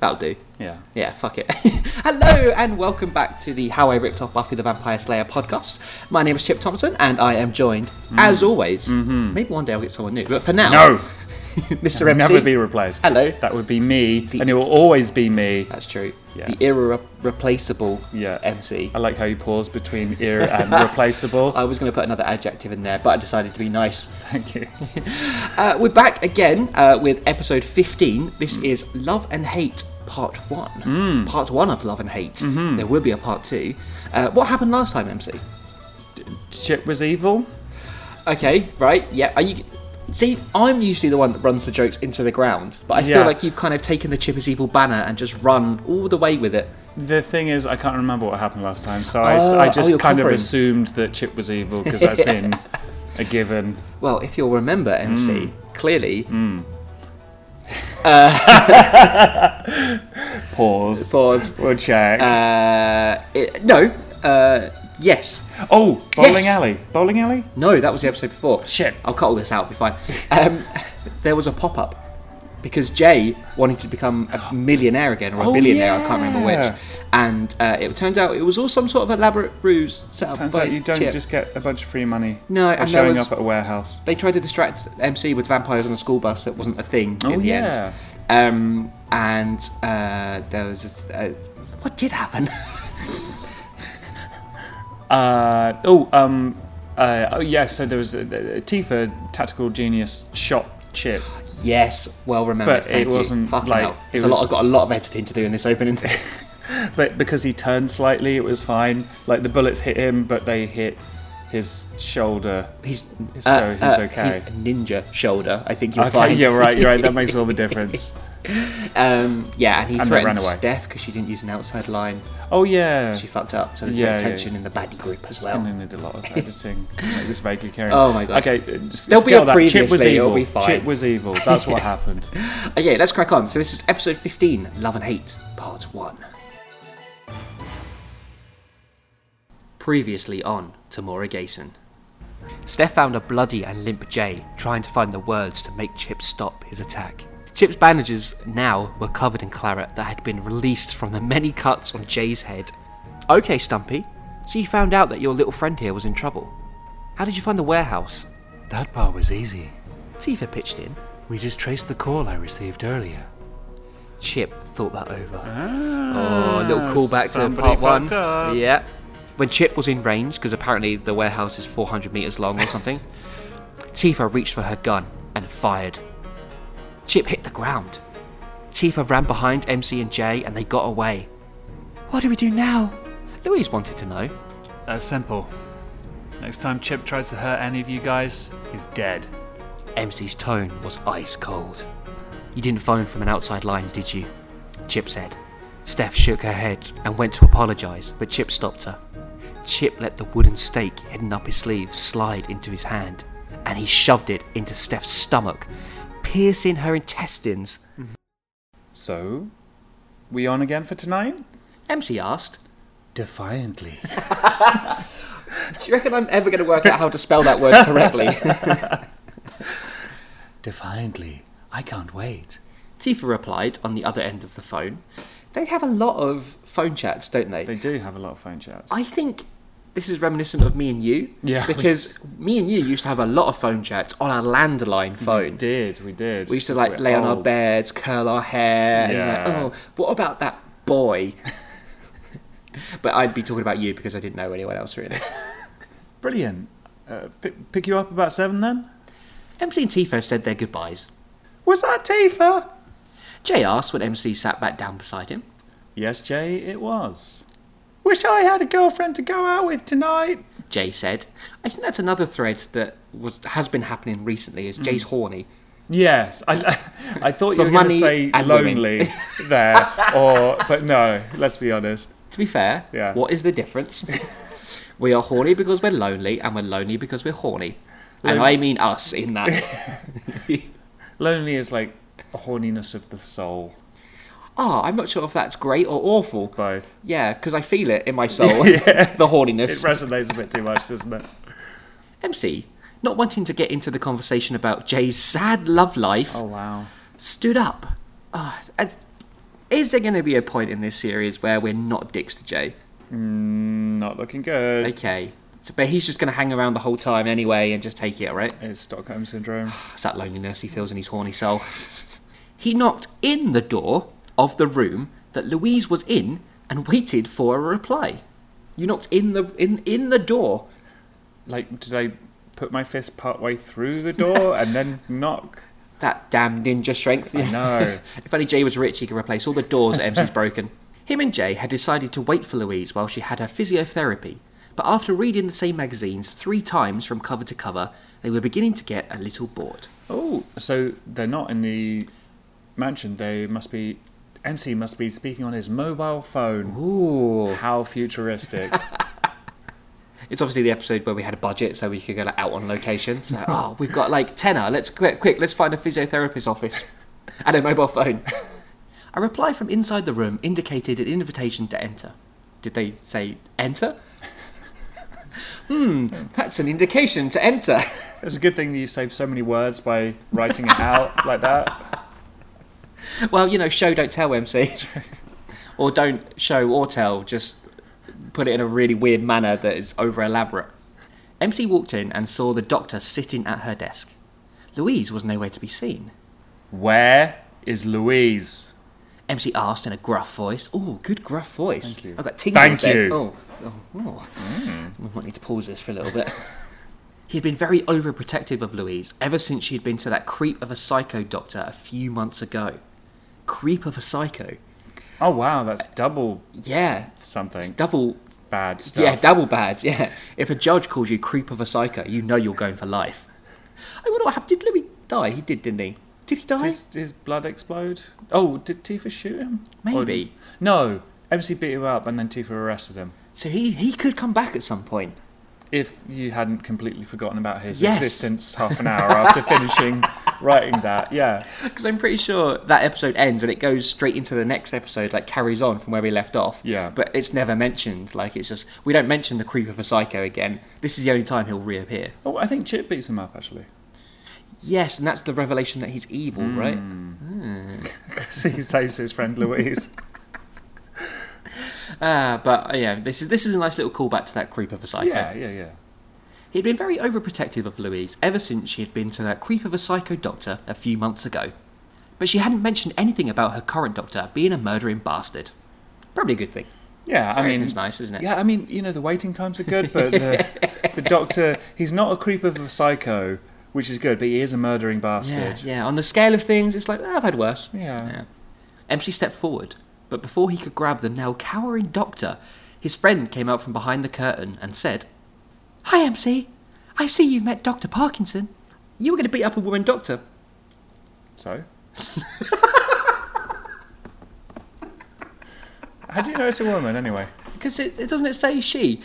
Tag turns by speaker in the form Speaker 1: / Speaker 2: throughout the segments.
Speaker 1: That'll do.
Speaker 2: Yeah.
Speaker 1: Yeah, fuck it. Hello, and welcome back to the How I Ripped Off Buffy the Vampire Slayer podcast. My name is Chip Thompson, and I am joined, as always, maybe one day I'll get someone new, but for now,
Speaker 2: Mm-hmm. No,
Speaker 1: Mr.
Speaker 2: I'll
Speaker 1: MC.
Speaker 2: never be replaced.
Speaker 1: Hello.
Speaker 2: That would be me, and it will always be me.
Speaker 1: That's true.
Speaker 2: Yes.
Speaker 1: The irreplaceable
Speaker 2: Yeah.
Speaker 1: MC.
Speaker 2: I like how you pause between ear and replaceable.
Speaker 1: I was going to put another adjective in there, but I decided to be nice.
Speaker 2: Thank you.
Speaker 1: Uh, we're back again uh, with episode 15. This
Speaker 2: Mm.
Speaker 1: is Love and Hate Part 1. Part 1 of Love and Hate.
Speaker 2: Mm-hmm.
Speaker 1: There will be a Part 2. Uh, what happened last time, MC?
Speaker 2: Chip was evil.
Speaker 1: Okay, right, yeah. Are you. See, I'm usually the one that runs the jokes into the ground, but I
Speaker 2: Yeah.
Speaker 1: feel like you've kind of taken the Chip is Evil banner and just run all the way with it.
Speaker 2: The thing is, I can't remember what happened last time, so I, s-
Speaker 1: Oh,
Speaker 2: I
Speaker 1: oh,
Speaker 2: just
Speaker 1: you're
Speaker 2: kind of
Speaker 1: covering.
Speaker 2: assumed that Chip was evil because that's been a given.
Speaker 1: Well, if you'll remember, MC,
Speaker 2: Mm.
Speaker 1: clearly,
Speaker 2: Pause.
Speaker 1: pause.
Speaker 2: We'll check.
Speaker 1: Uh, it, no, uh, yes.
Speaker 2: oh, bowling
Speaker 1: yes.
Speaker 2: alley. Bowling alley.
Speaker 1: No, that was the episode before.
Speaker 2: Shit.
Speaker 1: I'll cut all this out, be fine. Um, there was a pop up because Jay wanted to become a millionaire again or a
Speaker 2: Oh,
Speaker 1: billionaire, I can't remember
Speaker 2: yeah.
Speaker 1: which. And uh, it turned out it was all some sort of elaborate ruse set up
Speaker 2: Turns
Speaker 1: by
Speaker 2: out you don't
Speaker 1: Chip.
Speaker 2: just get a bunch of free money
Speaker 1: No,
Speaker 2: by
Speaker 1: and there
Speaker 2: showing
Speaker 1: was-
Speaker 2: up at a warehouse.
Speaker 1: They tried to distract MC with vampires on a school bus. That wasn't a thing
Speaker 2: Oh,
Speaker 1: in the
Speaker 2: yeah.
Speaker 1: end. Um, and uh, there was a, uh, what did happen?
Speaker 2: Uh, oh, um, uh, oh yeah. So there was a, a Tifa tactical genius shot Chip.
Speaker 1: yes, well remembered.
Speaker 2: But
Speaker 1: thank
Speaker 2: it
Speaker 1: you.
Speaker 2: wasn't,
Speaker 1: Fucking
Speaker 2: like,
Speaker 1: hell.
Speaker 2: it
Speaker 1: It's a lot.
Speaker 2: was-
Speaker 1: I've got a lot of editing to do in this opening.
Speaker 2: but because he turned slightly, it was fine. Like the bullets hit him, but they hit his shoulder.
Speaker 1: He's uh,
Speaker 2: So he's okay.
Speaker 1: he's a ninja shoulder. I think you'll
Speaker 2: Okay,
Speaker 1: find.
Speaker 2: you're right. You're right. That makes all the difference.
Speaker 1: Um, yeah, and he
Speaker 2: And they
Speaker 1: threatened
Speaker 2: ran away.
Speaker 1: Steph because she didn't use an outside line.
Speaker 2: Oh yeah.
Speaker 1: She fucked up, so there's
Speaker 2: Yeah,
Speaker 1: no
Speaker 2: yeah,
Speaker 1: tension in the baddie group as well.
Speaker 2: I'm gonna need a lot of editing to make this vaguely carry.
Speaker 1: Oh my God.
Speaker 2: Okay, uh, just
Speaker 1: There'll be
Speaker 2: forget
Speaker 1: a
Speaker 2: that. Chip was
Speaker 1: previously, it'll
Speaker 2: evil.
Speaker 1: be fine.
Speaker 2: Chip was evil. That's what happened.
Speaker 1: Okay, let's crack on. So this is episode 15, Love and Hate, part 1. Previously on Tamora Gason. Steph found a bloody and limp Jay trying to find the words to make Chip stop his attack. Chip's bandages now were covered in claret that had been released from the many cuts on Jay's head. Okay, Stumpy, so you found out that your little friend here was in trouble. How did you find the warehouse?
Speaker 3: That part was easy.
Speaker 1: Tifa pitched in.
Speaker 3: We just traced the call I received earlier.
Speaker 1: Chip thought that over. oh, a little callback to
Speaker 2: Ah, somebody
Speaker 1: part one.
Speaker 2: fucked up.
Speaker 1: Yeah. When Chip was in range, because apparently the warehouse is 400 meters long or something, Tifa reached for her gun and fired. Chip hit the ground. Tifa ran behind MC and Jay and they got away. What do we do now? Louise wanted to know.
Speaker 3: That's simple. Uh, Next time Chip tries to hurt any of you guys, he's dead.
Speaker 1: MC's tone was ice cold. You didn't phone from an outside line, did you? Chip said. Steph shook her head and went to apologise, but Chip stopped her. Chip let the wooden stake hidden up his sleeve slide into his hand, and he shoved it into Steph's stomach, piercing her intestines.
Speaker 2: So, we on again for tonight?
Speaker 1: MC asked,
Speaker 3: Defiantly.
Speaker 1: Do you reckon I'm ever going to work out how to spell that word correctly?
Speaker 3: Defiantly. I can't wait.
Speaker 1: Tifa replied on the other end of the phone. They have a lot of phone chats, don't
Speaker 2: They do have a lot of phone chats.
Speaker 1: I think this is reminiscent of me and you.
Speaker 2: Yeah.
Speaker 1: Because me and you used to have a lot of phone chats on our landline
Speaker 2: We
Speaker 1: phone.
Speaker 2: did. We did. Oh.
Speaker 1: We used to like
Speaker 2: Because we're
Speaker 1: lay on our
Speaker 2: old.
Speaker 1: beds, curl our hair, and
Speaker 2: Yeah.
Speaker 1: you're like, oh, what about that boy? but I'd be talking about you because I didn't know anyone else really.
Speaker 2: Brilliant. Uh, pick, pick you up about seven then?
Speaker 1: MC and Tifa said their goodbyes.
Speaker 2: Was that Tifa?
Speaker 1: Jay asked when MC sat back down beside him.
Speaker 2: Yes, Jay, it was. Wish I had a girlfriend to go out with tonight.
Speaker 1: Jay said, "I think that's another thread that was has been happening recently. Is Jay's horny?
Speaker 2: Yes, I, I thought
Speaker 1: For
Speaker 2: you were going to
Speaker 1: money
Speaker 2: say
Speaker 1: and women.
Speaker 2: lonely there, or but no. Let's be honest.
Speaker 1: To be fair,
Speaker 2: Yeah.
Speaker 1: what is the difference? we are horny because we're lonely, and we're lonely because we're horny. And I mean us in that.
Speaker 2: Lonely is like a horniness of the soul.
Speaker 1: Ah, I'm not sure if that's great or awful.
Speaker 2: Both.
Speaker 1: Yeah, because I feel it in my soul, the
Speaker 2: It
Speaker 1: horniness.
Speaker 2: resonates a bit too much, doesn't it?
Speaker 1: MC, not wanting to get into the conversation
Speaker 2: Oh.
Speaker 1: Oh, about Jay's sad love life,
Speaker 2: wow.
Speaker 1: stood up. Ah, and Is there going to be a point in this series where we're not dicks to Jay?
Speaker 2: Mm, Not looking good.
Speaker 1: Okay. So, but he's just going to hang around the whole time anyway and just take it, all right?
Speaker 2: It's Stockholm syndrome.
Speaker 1: It's that loneliness he feels in his horny soul. he knocked in the door of the room that Louise was in and waited for a reply. You knocked in the in, in the door.
Speaker 2: Like, did I put my fist partway through the door and then knock?
Speaker 1: That damn ninja strength.
Speaker 2: I know.
Speaker 1: if only Jay was rich, he could replace all the doors that MC's broken. Him and Jay had decided to wait for Louise while she had her physiotherapy, but after reading the same magazines three times from cover to cover, they were beginning to get a little bored.
Speaker 2: Oh, so they're not in the mansion. They must be. MC must be speaking on his mobile phone.
Speaker 1: Ooh.
Speaker 2: How futuristic.
Speaker 1: It's obviously the episode where we had a budget, so we could go like, out on location. So, oh, we've got like tenner. Let's quick, quick. Let's find a physiotherapist's office and a mobile phone. a reply from inside the room indicated an invitation to enter. Did they say enter? hmm, that's an indication to enter.
Speaker 2: it's a good thing that you save so many words by writing it out like that.
Speaker 1: well, you know, show don't tell, MC, or don't show or tell. Just put it in a really weird manner that is over elaborate. MC walked in and saw the doctor sitting at her desk. Louise was nowhere to be seen.
Speaker 2: Where is Louise?
Speaker 1: MC asked in a gruff voice. Oh, good gruff voice. Thank
Speaker 2: you.
Speaker 1: I've got tingles.
Speaker 2: Thank
Speaker 1: there.
Speaker 2: you. Hmm.
Speaker 1: Oh, oh, oh. I might need to pause this for a little bit. he had been very overprotective of Louise ever since she had been to that creep of a psycho doctor a few months ago. Creep of a psycho.
Speaker 2: Oh wow, that's double
Speaker 1: Yeah.
Speaker 2: something
Speaker 1: Double.
Speaker 2: bad
Speaker 1: Yeah,
Speaker 2: stuff.
Speaker 1: double bad. Yeah. If a judge calls you creep of a psycho, you know you're going for life. I wonder what happened. Did Louis die? He did, didn't he? Did he die?
Speaker 2: Does his blood explode? Oh, did Tifa shoot him? Or-
Speaker 1: Maybe.
Speaker 2: no, MC beat him up and then Tifa arrested him.
Speaker 1: So he, he could come back at some point.
Speaker 2: If you hadn't completely forgotten about his
Speaker 1: Yes.
Speaker 2: existence half an hour after finishing writing that, yeah.
Speaker 1: Because I'm pretty sure that episode ends and it goes straight into the next episode, like carries on from where we left off.
Speaker 2: Yeah.
Speaker 1: But it's never mentioned. Like, it's just, we don't mention the creep of a psycho again. This is the only time he'll reappear.
Speaker 2: Oh, I think Chip beats him up actually.
Speaker 1: Yes, and that's the revelation that he's evil, right?
Speaker 2: Because he saves his friend Louise.
Speaker 1: Ah, but uh, yeah, this is this is a nice little callback to that creep of a psycho.
Speaker 2: yeah, yeah, yeah.
Speaker 1: He'd been very overprotective of Louise ever since she had been to that creep of a psycho doctor a few months ago. But she hadn't mentioned anything about her current doctor being a murdering bastard. Probably a good thing.
Speaker 2: Yeah, I mean,
Speaker 1: Everything's nice, isn't it?
Speaker 2: Yeah, I mean, you know, the waiting times are good, but the, the doctor, he's not a creep of a psycho, which is good, but he is a murdering
Speaker 1: Yeah,
Speaker 2: bastard.
Speaker 1: yeah, on the scale of things, it's like, "Ah, I've had worse.
Speaker 2: Yeah.
Speaker 1: MC stepped forward, but before he could grab the now cowering doctor, his friend came out from behind the curtain and said, Hi, MC. I see you've met Dr. Parkinson. You were going to beat up a woman doctor.
Speaker 2: So? How do you know it's a woman, anyway?
Speaker 1: Because it, it doesn't it say she?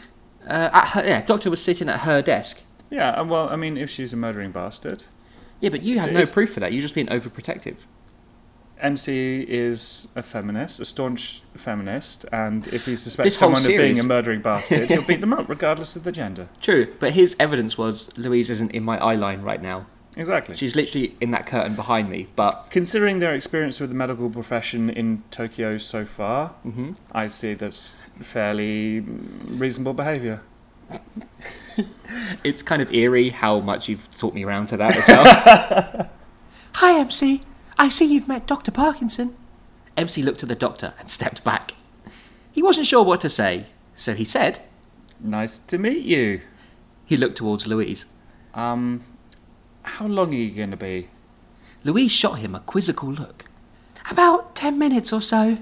Speaker 1: Uh, at her, yeah, doctor was sitting at her desk.
Speaker 2: Yeah, uh, well, I mean, if she's a murdering bastard,
Speaker 1: Yeah, but you had
Speaker 2: It
Speaker 1: no
Speaker 2: is-
Speaker 1: proof for that. You're just being overprotective.
Speaker 2: MC is a feminist, a staunch feminist, and if he suspects
Speaker 1: This whole
Speaker 2: someone of being a
Speaker 1: series-
Speaker 2: murdering bastard, he'll beat them up, regardless of the gender.
Speaker 1: True, but his evidence was Louise isn't in my eye line right now.
Speaker 2: Exactly.
Speaker 1: She's literally in that curtain behind me, but
Speaker 2: Considering their experience with the medical profession in Tokyo so far,
Speaker 1: mm-hmm.
Speaker 2: I see that's fairly reasonable behaviour.
Speaker 1: It's kind of eerie how much you've taught me around to that as well. Hi, MC. I see you've met Dr. Parkinson. MC looked at the doctor and stepped back. He wasn't sure what to say, so he said,
Speaker 2: Nice to meet you.
Speaker 1: he looked towards Louise.
Speaker 2: Um, how long are you going to be?
Speaker 1: Louise shot him a quizzical look. About ten minutes or so.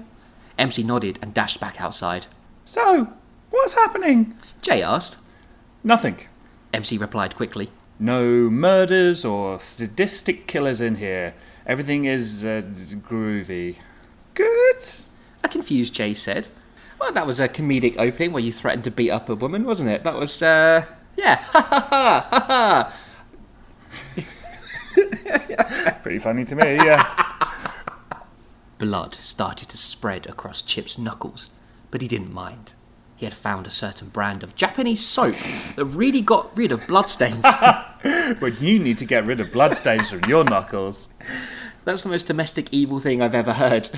Speaker 1: MC nodded and dashed back outside.
Speaker 2: So, what's happening?
Speaker 1: Jay asked.
Speaker 2: Nothing.
Speaker 1: MC replied quickly.
Speaker 2: No murders or sadistic killers in here. Everything is uh, groovy. Good.
Speaker 1: A confused Jay said. Well, that was a comedic opening where you threatened to beat up a woman, wasn't it? That was, uh, yeah, ha ha ha ha ha.
Speaker 2: Pretty funny to me, yeah.
Speaker 1: Blood started to spread across Chip's knuckles, but he didn't mind. He had found a certain brand of Japanese soap that really got rid of bloodstains.
Speaker 2: but you need to get rid of bloodstains from your knuckles.
Speaker 1: That's the most domestic evil thing I've ever heard.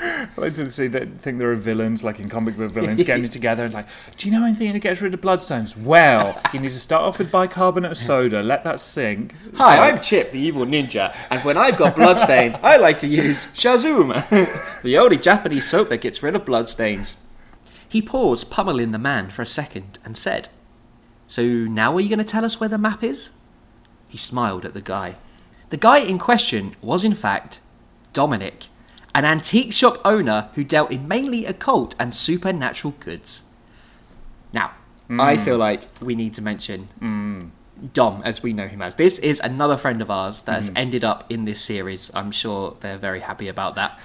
Speaker 2: I like to see that think there are villains, like in comic book villains, getting together and like, do you know anything that gets rid of bloodstones? Well, you need to start off with bicarbonate of soda, let that sink.
Speaker 1: Hi,
Speaker 2: So-
Speaker 1: I'm Chip, the evil ninja, and when I've got bloodstains, I like to use Shazoom, the only Japanese soap that gets rid of bloodstains. He paused, pummeling the man for a second, and said, So now are you going to tell us where the map is? He smiled at the guy. The guy in question was, in fact, Dominic, an antique shop owner who dealt in mainly occult and supernatural goods. Now, I feel like we need to mention Dom, as we know him as. This is another friend of ours that has ended up in this series. I'm sure they're very happy about that.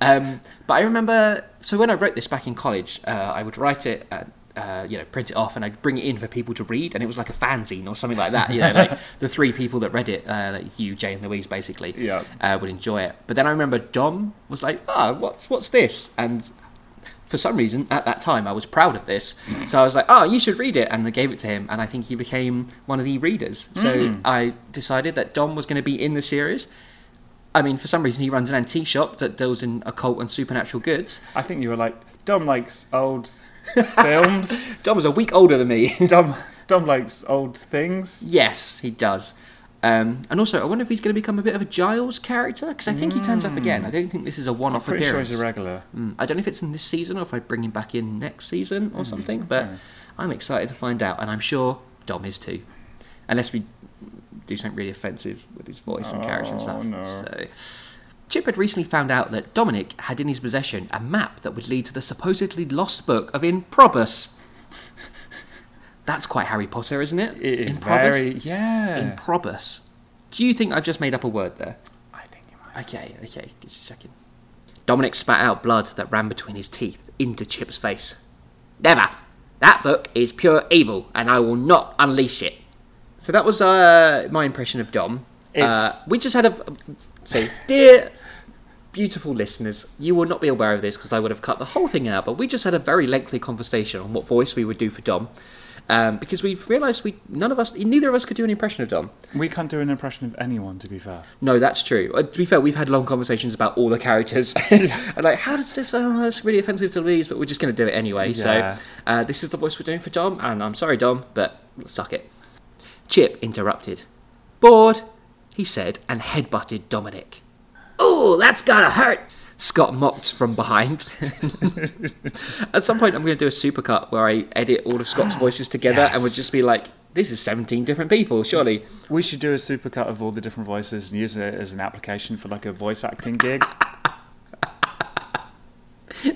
Speaker 1: Um, but I remember, so when I wrote this back in college, uh, I would write it, uh, uh, you know, print it off, and I'd bring it in for people to read, and it was like a fanzine or something like that. You know, like the three people that read it, uh, like you, Jay, and Louise, basically,
Speaker 2: Yeah.
Speaker 1: uh, would enjoy it. But then I remember Dom was like, "Ah, what's what's this?" and for some reason at that time I was proud of this, so I was like, "Oh, you should read it," and I gave it to him, and I think he became one of the readers. So I decided that Dom was going to be in the series. I mean, for some reason, he runs an antique shop that deals in occult and supernatural goods.
Speaker 2: I think you were like, Dom likes old films.
Speaker 1: Dom is a week older than me.
Speaker 2: Dom Dom likes old things.
Speaker 1: yes, he does. Um, and also, I wonder if he's going to become a bit of a Giles character because I think he turns up again. I don't think this is a one-off
Speaker 2: Pretty sure
Speaker 1: appearance.
Speaker 2: he's a regular.
Speaker 1: Mm, I don't know if it's in this season or if I bring him back in next season
Speaker 2: Hmm,
Speaker 1: or something, but I'm excited to find out, and I'm sure Dom is too. Unless we do something really offensive with his voice and character and
Speaker 2: Oh,
Speaker 1: stuff.
Speaker 2: no.
Speaker 1: So. Chip had recently found out that Dominic had in his possession a map that would lead to the supposedly lost book of Improbus. That's quite Harry Potter, isn't it?
Speaker 2: It is
Speaker 1: Improbus?
Speaker 2: very yeah.
Speaker 1: Improbus. Do you think I've just made up a word there?
Speaker 2: I think you might.
Speaker 1: Okay, okay, just checking. Dominic spat out blood that ran between his teeth into Chip's face. Never! That book is pure evil, and I will not unleash it. So that was uh, my impression of Dom. Uh,
Speaker 2: It's-
Speaker 1: we just had a. So, dear beautiful listeners, you will not be aware of this because I would have cut the whole thing out, but we just had a very lengthy conversation on what voice we would do for Dom. Um, because we've realised we none of us, neither of us, could do an impression of Dom.
Speaker 3: We can't do an impression of anyone, to be fair.
Speaker 1: No, that's true. Uh, to be fair, we've had long conversations about all the characters. and like, how does this? Oh, that's really offensive to Louise, but we're just going to do it anyway.
Speaker 3: Yeah.
Speaker 1: So, uh, this is the voice we're doing for Dom, and I'm sorry, Dom, but suck it. Chip interrupted. Bored, he said, and headbutted Dominic. Oh, that's gotta hurt! Scott mocked from behind. At some point, I'm going to do a supercut where I edit all of Scott's voices together, and we'll just be like, "This is 17 different people, surely."
Speaker 3: We should do a supercut of all the different voices and use it as an application for like a voice acting gig.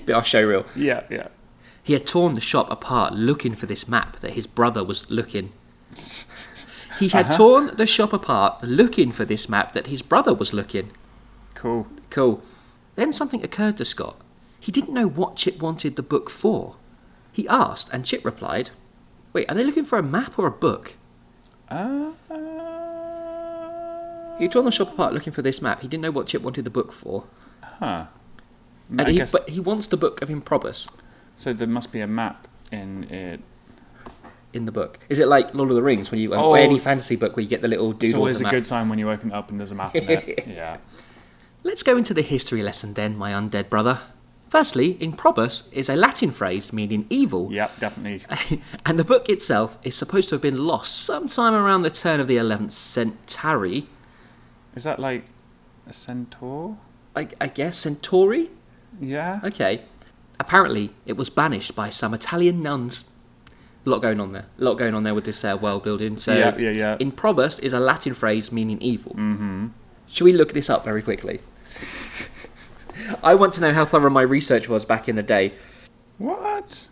Speaker 1: Be our show reel.
Speaker 3: yeah, yeah.
Speaker 1: He had torn the shop apart looking for this map that his brother was looking. He had
Speaker 3: Uh-huh.
Speaker 1: torn the shop apart looking for this map that his brother was looking.
Speaker 3: Cool.
Speaker 1: Cool. Then something occurred to Scott. He didn't know what Chip wanted the book for. He asked, and Chip replied, Wait, are they looking for a map or a book?
Speaker 3: Uh,
Speaker 1: He had torn the shop apart looking for this map. He didn't know what Chip wanted the book for.
Speaker 3: huh.
Speaker 1: And
Speaker 3: I
Speaker 1: he,
Speaker 3: guess,
Speaker 1: But he wants the book of Improbus
Speaker 3: so there must be a map in uh, it.
Speaker 1: in the book. Is it like Lord of the Rings, when you, um,
Speaker 3: Oh.
Speaker 1: or any fantasy book where you get the little doodle
Speaker 3: It's always a
Speaker 1: of the map?
Speaker 3: good sign when you open it up and there's a map in it. yeah.
Speaker 1: Let's go into the history lesson then, my undead brother. Firstly, improbus is a Latin phrase meaning evil,
Speaker 3: Yep, definitely.
Speaker 1: and the book itself is supposed to have been lost sometime around the turn of the 11th century.
Speaker 3: Is that like a centaur?
Speaker 1: I, I guess centauri?
Speaker 3: Yeah.
Speaker 1: Okay. Apparently, it was banished by some Italian nuns. A lot going on there. A lot going on there with this uh, world building. So,
Speaker 3: Yeah, yeah, yeah.
Speaker 1: improbus is a Latin phrase meaning evil. Mm-hmm. Should we look this up very quickly? I want to know how thorough my research was back in the day.
Speaker 3: What?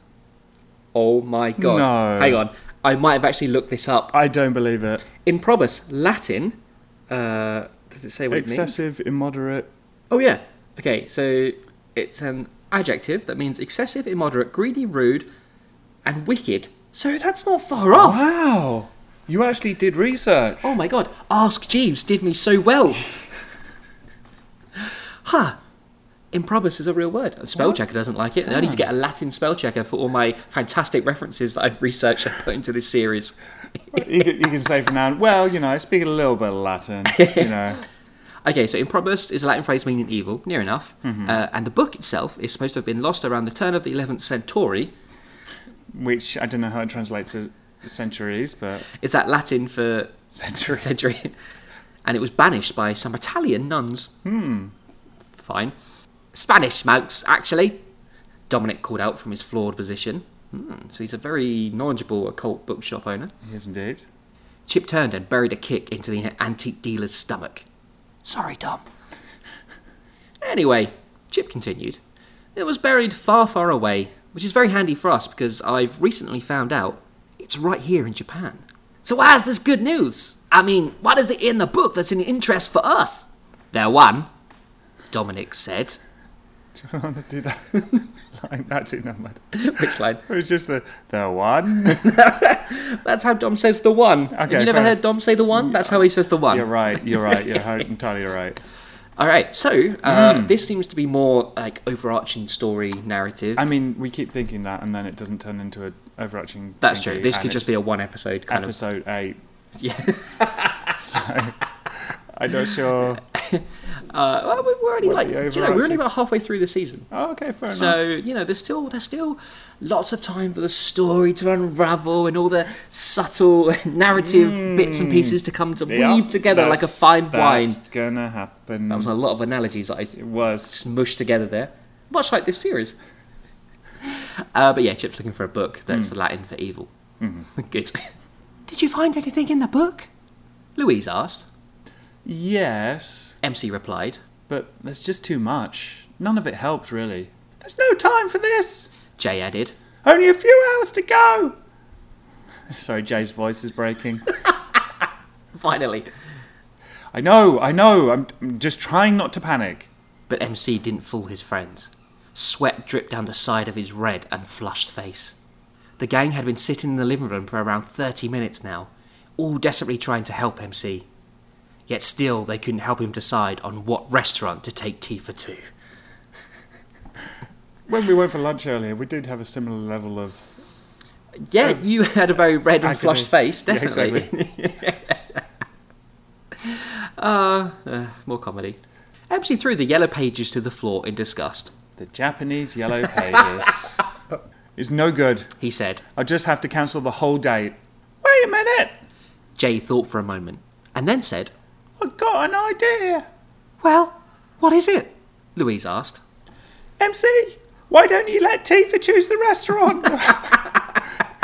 Speaker 1: Oh my god.
Speaker 3: No.
Speaker 1: Hang on. I might have actually lolooked this up.
Speaker 3: I don't believe it.
Speaker 1: Improbus, Latin. Uh, does it say what it means?
Speaker 3: Excessive, immoderate.
Speaker 1: Oh, yeah. Okay, so it's an adjective that means excessive, immoderate, greedy, rude, and wicked. So that's not far off.
Speaker 3: Wow. You actually did research.
Speaker 1: Oh my god, Ask Jeeves did me so well. huh. Improbus is a real word. A spell checker doesn't like it. I need to get a Latin spell checker for all my fantastic references that I've researched and put into this series.
Speaker 3: you, can, you can say for now, well, you know, I speak a little bit of Latin, you know.
Speaker 1: Okay, so Improbus is a Latin phrase meaning evil, near enough. Uh, and the book itself is supposed to have been lost around the turn of the 11th century.
Speaker 2: Which I don't know how it translates as centuries, but
Speaker 1: Is that Latin for
Speaker 2: centuries.
Speaker 1: century? and it was banished by some Italian nuns. Hmm. Fine. Spanish monks, actually. Dominic called out from his flawed position. Hmm, so he's a very knowledgeable occult bookshop owner.
Speaker 2: Yes, indeed.
Speaker 1: Chip turned and buried a kick into the antique dealer's stomach. Sorry, Dom. Anyway, Chip continued. It was buried far, far away, which is very handy for us because I've recently found out it's right here in Japan. So why is this good news? I mean, what is it in the book that's in interest for us? There one, Dominic said.
Speaker 2: Do you want to do that? line? Actually, no, mind.
Speaker 1: Which line?
Speaker 2: It was just the the one.
Speaker 1: That's how Dom says the one. Have
Speaker 2: Okay,
Speaker 1: you never
Speaker 2: fair
Speaker 1: heard Dom say the one? That's how he says the one.
Speaker 2: You're right. You're right. You're ho- entirely right.
Speaker 1: All right, so uh,
Speaker 2: Hmm.
Speaker 1: this seems to be more like overarching story narrative.
Speaker 2: I mean, we keep thinking that, and then it doesn't turn into an overarching.
Speaker 1: That's
Speaker 2: thingy,
Speaker 1: true. This
Speaker 2: and
Speaker 1: could just be
Speaker 2: it's
Speaker 1: a one episode kind
Speaker 2: episode eight.
Speaker 1: of. Yeah,
Speaker 2: So I'm not sure.
Speaker 1: uh, well, we- we're only
Speaker 2: What
Speaker 1: like
Speaker 2: the
Speaker 1: do you know we're only
Speaker 2: overarching-
Speaker 1: about halfway through the season,
Speaker 2: Oh, okay, fair
Speaker 1: so you know there's still there's still lots of time for the story to unravel and all the subtle narrative bits and pieces to come to
Speaker 2: enough.
Speaker 1: weave together like a
Speaker 2: Hmm. That's-
Speaker 1: fine wine.
Speaker 2: That's gonna happen.
Speaker 1: That was a lot of analogies that I
Speaker 2: It was.
Speaker 1: smushed together there, much like this series. Uh, but yeah, Chip's looking for a book that's Latin for evil. Good. Hmm. Mm-hmm. Did you find anything in the book? Louise asked.
Speaker 2: Yes,
Speaker 1: MC replied.
Speaker 2: but there's just too much. None of it helped, really. There's no time for this.
Speaker 1: Jay added.
Speaker 2: Only a few hours to go. Sorry, Jay's voice is breaking.
Speaker 1: Finally.
Speaker 2: I know, I know. I'm, I'm just trying not to panic.
Speaker 1: But MC didn't fool his friends. Sweat dripped down the side of his red and flushed face. The gang had been sitting in the living room for around 30 minutes now, all desperately trying to help MC. Yet still, they couldn't help him decide on what restaurant to take Tifa to.
Speaker 2: When we went for lunch earlier, we did have a similar level of
Speaker 1: Yeah, you had a very red and flushed face,
Speaker 2: Um, Yeah,
Speaker 1: definitely. uh, uh, more comedy. MC threw the yellow pages to the floor in disgust.
Speaker 2: the Japanese yellow pages. it's no good.
Speaker 1: He said,
Speaker 2: I just have to cancel the whole date. Wait a minute.
Speaker 1: Jay thought for a moment, and then said,
Speaker 2: I got an idea.
Speaker 1: Well, what is it? Louise asked.
Speaker 2: MC, why don't you let Tifa choose the restaurant?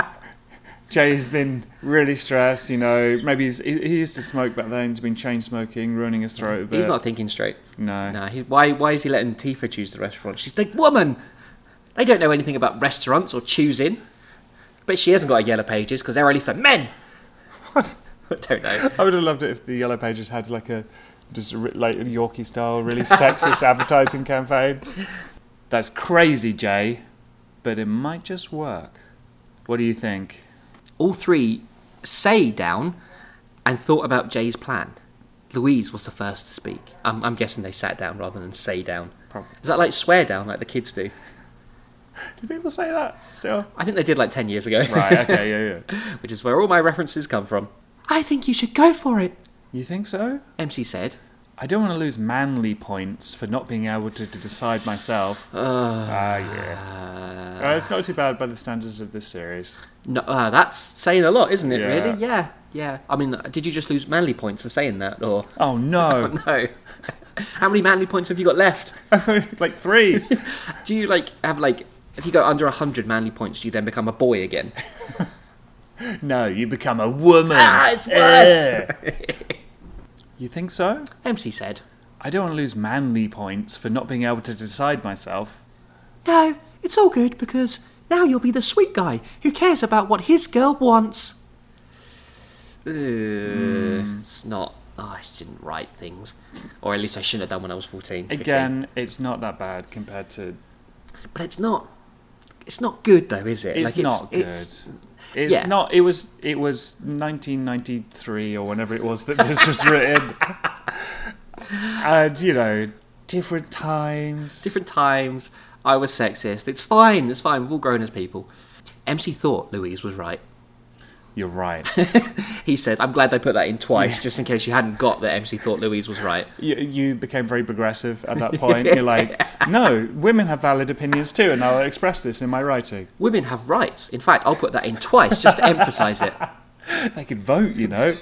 Speaker 2: Jay's been really stressed, you know. Maybe he's, he, he used to smoke back then. He's been chain smoking, ruining his throat a bit.
Speaker 1: He's not thinking straight.
Speaker 2: No.
Speaker 1: No, he, why, why is he letting Tifa choose the restaurant? She's the woman! They don't know anything about restaurants or choosing. But she hasn't got a yellow pages because they're only for men! I don't know.
Speaker 2: I would have loved it if the Yellow Pages had like a just a re- like a Yorkie style, really sexist advertising campaign. That's crazy, Jay, but it might just work. What do you think?
Speaker 1: All three say down and thought about Jay's plan. Louise was the first to speak. I'm, I'm guessing they sat down rather than say down.
Speaker 2: Probably.
Speaker 1: Is that like swear down like the kids do?
Speaker 2: Do people say that still?
Speaker 1: I think they did like 10 years ago.
Speaker 2: Right. Okay. Yeah. Yeah.
Speaker 1: which is where all my references come from. I think you should go for it,
Speaker 2: You think so?
Speaker 1: MC said.
Speaker 2: I don't want to lose manly points for not being able to, to decide myself. Ah, yeah. Uh, it's not too bad by the standards of this series.
Speaker 1: No, uh, that's saying a lot, isn't it?
Speaker 2: Yeah.
Speaker 1: Really? Yeah, yeah. I mean, uh, did you just lose manly points for saying that, or
Speaker 2: Oh no!
Speaker 1: no? How many manly points have you got left?
Speaker 2: like three.
Speaker 1: Do you like have like if you go under hundred manly points, do you then become a boy again?
Speaker 2: No, you become a woman.
Speaker 1: Ah, it's worse.
Speaker 2: Ugh. you think so?
Speaker 1: MC said.
Speaker 2: I don't want to lose manly points for not being able to decide myself.
Speaker 1: No, it's all good because now you'll be the sweet guy who cares about what his girl wants. Uh, It's not. oh, I shouldn't write things, or at least I shouldn't have done when I was fourteen. 15.
Speaker 2: Again, it's not that bad compared to.
Speaker 1: but it's not. It's not good though, is it?
Speaker 2: It's not good.
Speaker 1: It's,
Speaker 2: It's,
Speaker 1: yeah.
Speaker 2: not. It was. It was 1993 or whenever it was that this was written. and you know, different times.
Speaker 1: different times. I was sexist. It's fine. It's fine. We've all grown as people. MC thought Louise was right.
Speaker 2: You're right.
Speaker 1: He said, I'm glad they put that in twice, just in case you hadn't got that MC thought Louise was right.
Speaker 2: you, you became very progressive at that point. You're like, no, women have valid opinions too, and I'll express this in my writing.
Speaker 1: Women have rights. In fact, I'll put that in twice just to emphasise it.
Speaker 2: They could vote, you know.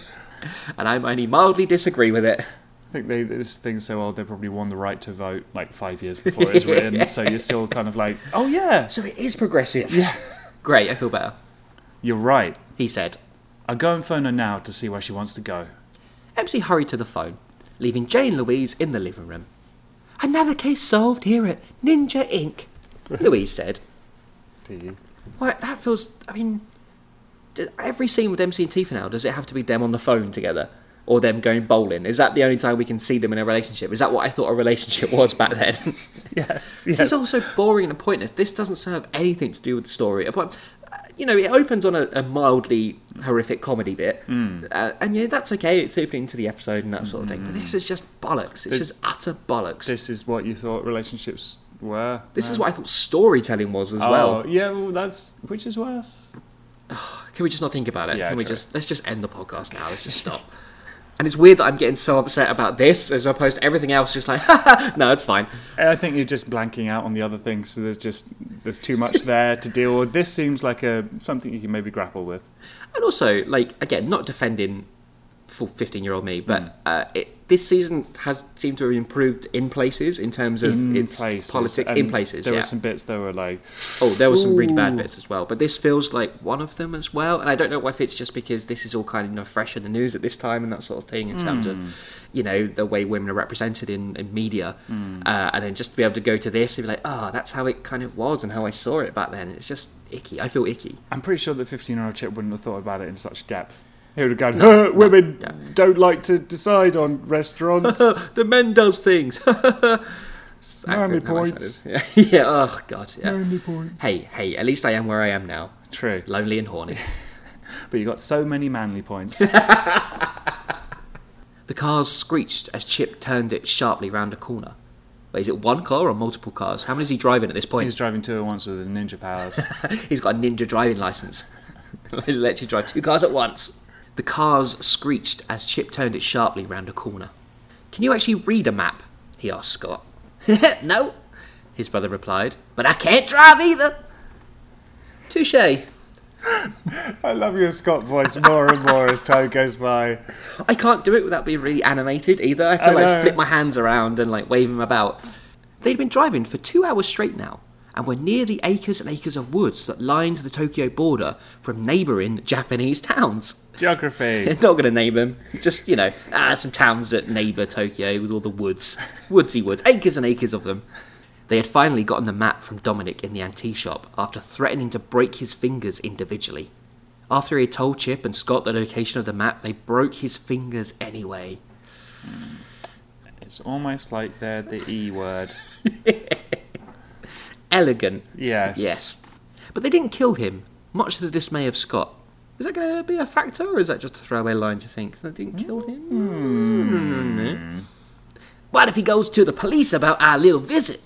Speaker 1: And I only mildly disagree with it.
Speaker 2: I think they, this thing's so old, they probably won the right to vote like five years before it was written. So you're still kind of like, oh yeah,
Speaker 1: So it is progressive. Yeah. Great, I feel better.
Speaker 2: you're right.
Speaker 1: He said.
Speaker 2: I'll go and phone her now to see where she wants to go.
Speaker 1: Emsy hurried to the phone, leaving Jane Louise in the living room. Another case solved here at Ninja Inc. Louise said.
Speaker 2: Do you?
Speaker 1: Why, that feels. I mean, d- every scene with MC and Tifa now, does it have to be them on the phone together? Or them going bowling? Is that the only time we can see them in a relationship? Is that what I thought a relationship was back then?
Speaker 2: Yes.
Speaker 1: This is all so boring and pointless. This doesn't serve anything to do with the story. Apart, uh, you know, it opens on a, a mildly horrific comedy bit,
Speaker 2: Hmm.
Speaker 1: uh, and yeah, that's okay. It's opening to the episode and that sort of thing. But
Speaker 2: Hmm.
Speaker 1: this is just bollocks. It's
Speaker 2: This-
Speaker 1: just utter bollocks. This,
Speaker 2: This is what you thought relationships were. Oh,
Speaker 1: is what I thought storytelling was as well.
Speaker 2: yeah, well, that's which is worse.
Speaker 1: Can we just not think about it?
Speaker 2: Yeah,
Speaker 1: Can we
Speaker 2: true.
Speaker 1: just let's just end the podcast now? Let's just stop. and it's weird that I'm getting so upset about this as opposed to everything else. Just like, no, it's fine.
Speaker 2: And I think you're just blanking out on the other things. So there's just there's too much there to deal with. This seems like a something you can maybe grapple with.
Speaker 1: And also, like again, not defending for fifteen-year-old me, but
Speaker 2: Mm.
Speaker 1: uh, it, this season has seemed to have improved in places in terms of its politics. In
Speaker 2: and
Speaker 1: places,
Speaker 2: There
Speaker 1: yeah.
Speaker 2: were some bits that were like,
Speaker 1: oh, there were some really bad
Speaker 2: Ooh.
Speaker 1: bits as well, but this feels like one of them as well. And I don't know if it's just because this is all kind of you know, fresh in the news at this time and that sort of thing in terms
Speaker 2: Mm.
Speaker 1: of you know the way women are represented in, in media,
Speaker 2: Mm.
Speaker 1: uh, and then just to be able to go to this and be like, oh, that's how it kind of was and how I saw it back then. It's just icky. I feel icky.
Speaker 2: I'm pretty sure that 15 year old chip wouldn't have thought about it in such depth. He would have gone, "Huh, women
Speaker 1: yeah.
Speaker 2: don't like to decide on restaurants.
Speaker 1: the men does things. It's
Speaker 2: Manly
Speaker 1: accurate how I said
Speaker 2: points.
Speaker 1: it. Yeah, yeah, oh god, yeah.
Speaker 2: Only point.
Speaker 1: Hey, hey, at least I am where I am now.
Speaker 2: True.
Speaker 1: Lonely and horny.
Speaker 2: But you got so many manly points.
Speaker 1: the cars screeched as Chip turned it sharply round a corner. Wait, is it one car or multiple cars? How many is he driving at this
Speaker 2: He's
Speaker 1: point?
Speaker 2: driving two at once with his ninja powers.
Speaker 1: He's got a ninja driving license. He lets you drive two cars at once. The cars screeched as Chip turned it sharply round a corner. Can you actually read a map? he asked Scott. no, his brother replied, but I can't drive either. Touche,
Speaker 2: I love your Scott voice more and more as time goes by.
Speaker 1: I can't do it without being really animated either. I feel
Speaker 2: I
Speaker 1: like I
Speaker 2: know.
Speaker 1: flip my hands around and like wave them about. They'd been driving for two hours straight now and were near the acres and acres of woods that lined the Tokyo border from neighbouring Japanese towns.
Speaker 2: Geography.
Speaker 1: Not going to name them, just, you know, ah, some towns that neighbour Tokyo with all the woods. Woodsy woods, acres and acres of them. They had finally gotten the map from Dominic in the antique shop after threatening to break his fingers individually. After he had told Chip and Scott the location of the map, they broke his fingers anyway.
Speaker 2: It's almost like they're the E word.
Speaker 1: Elegant,
Speaker 2: Yes.
Speaker 1: yes. But they didn't kill him, much to the dismay of Scott. Is that going to be a factor, or is that just a throwaway line, do you think? They didn't kill him? Mm. What if he goes to the police about our little visit?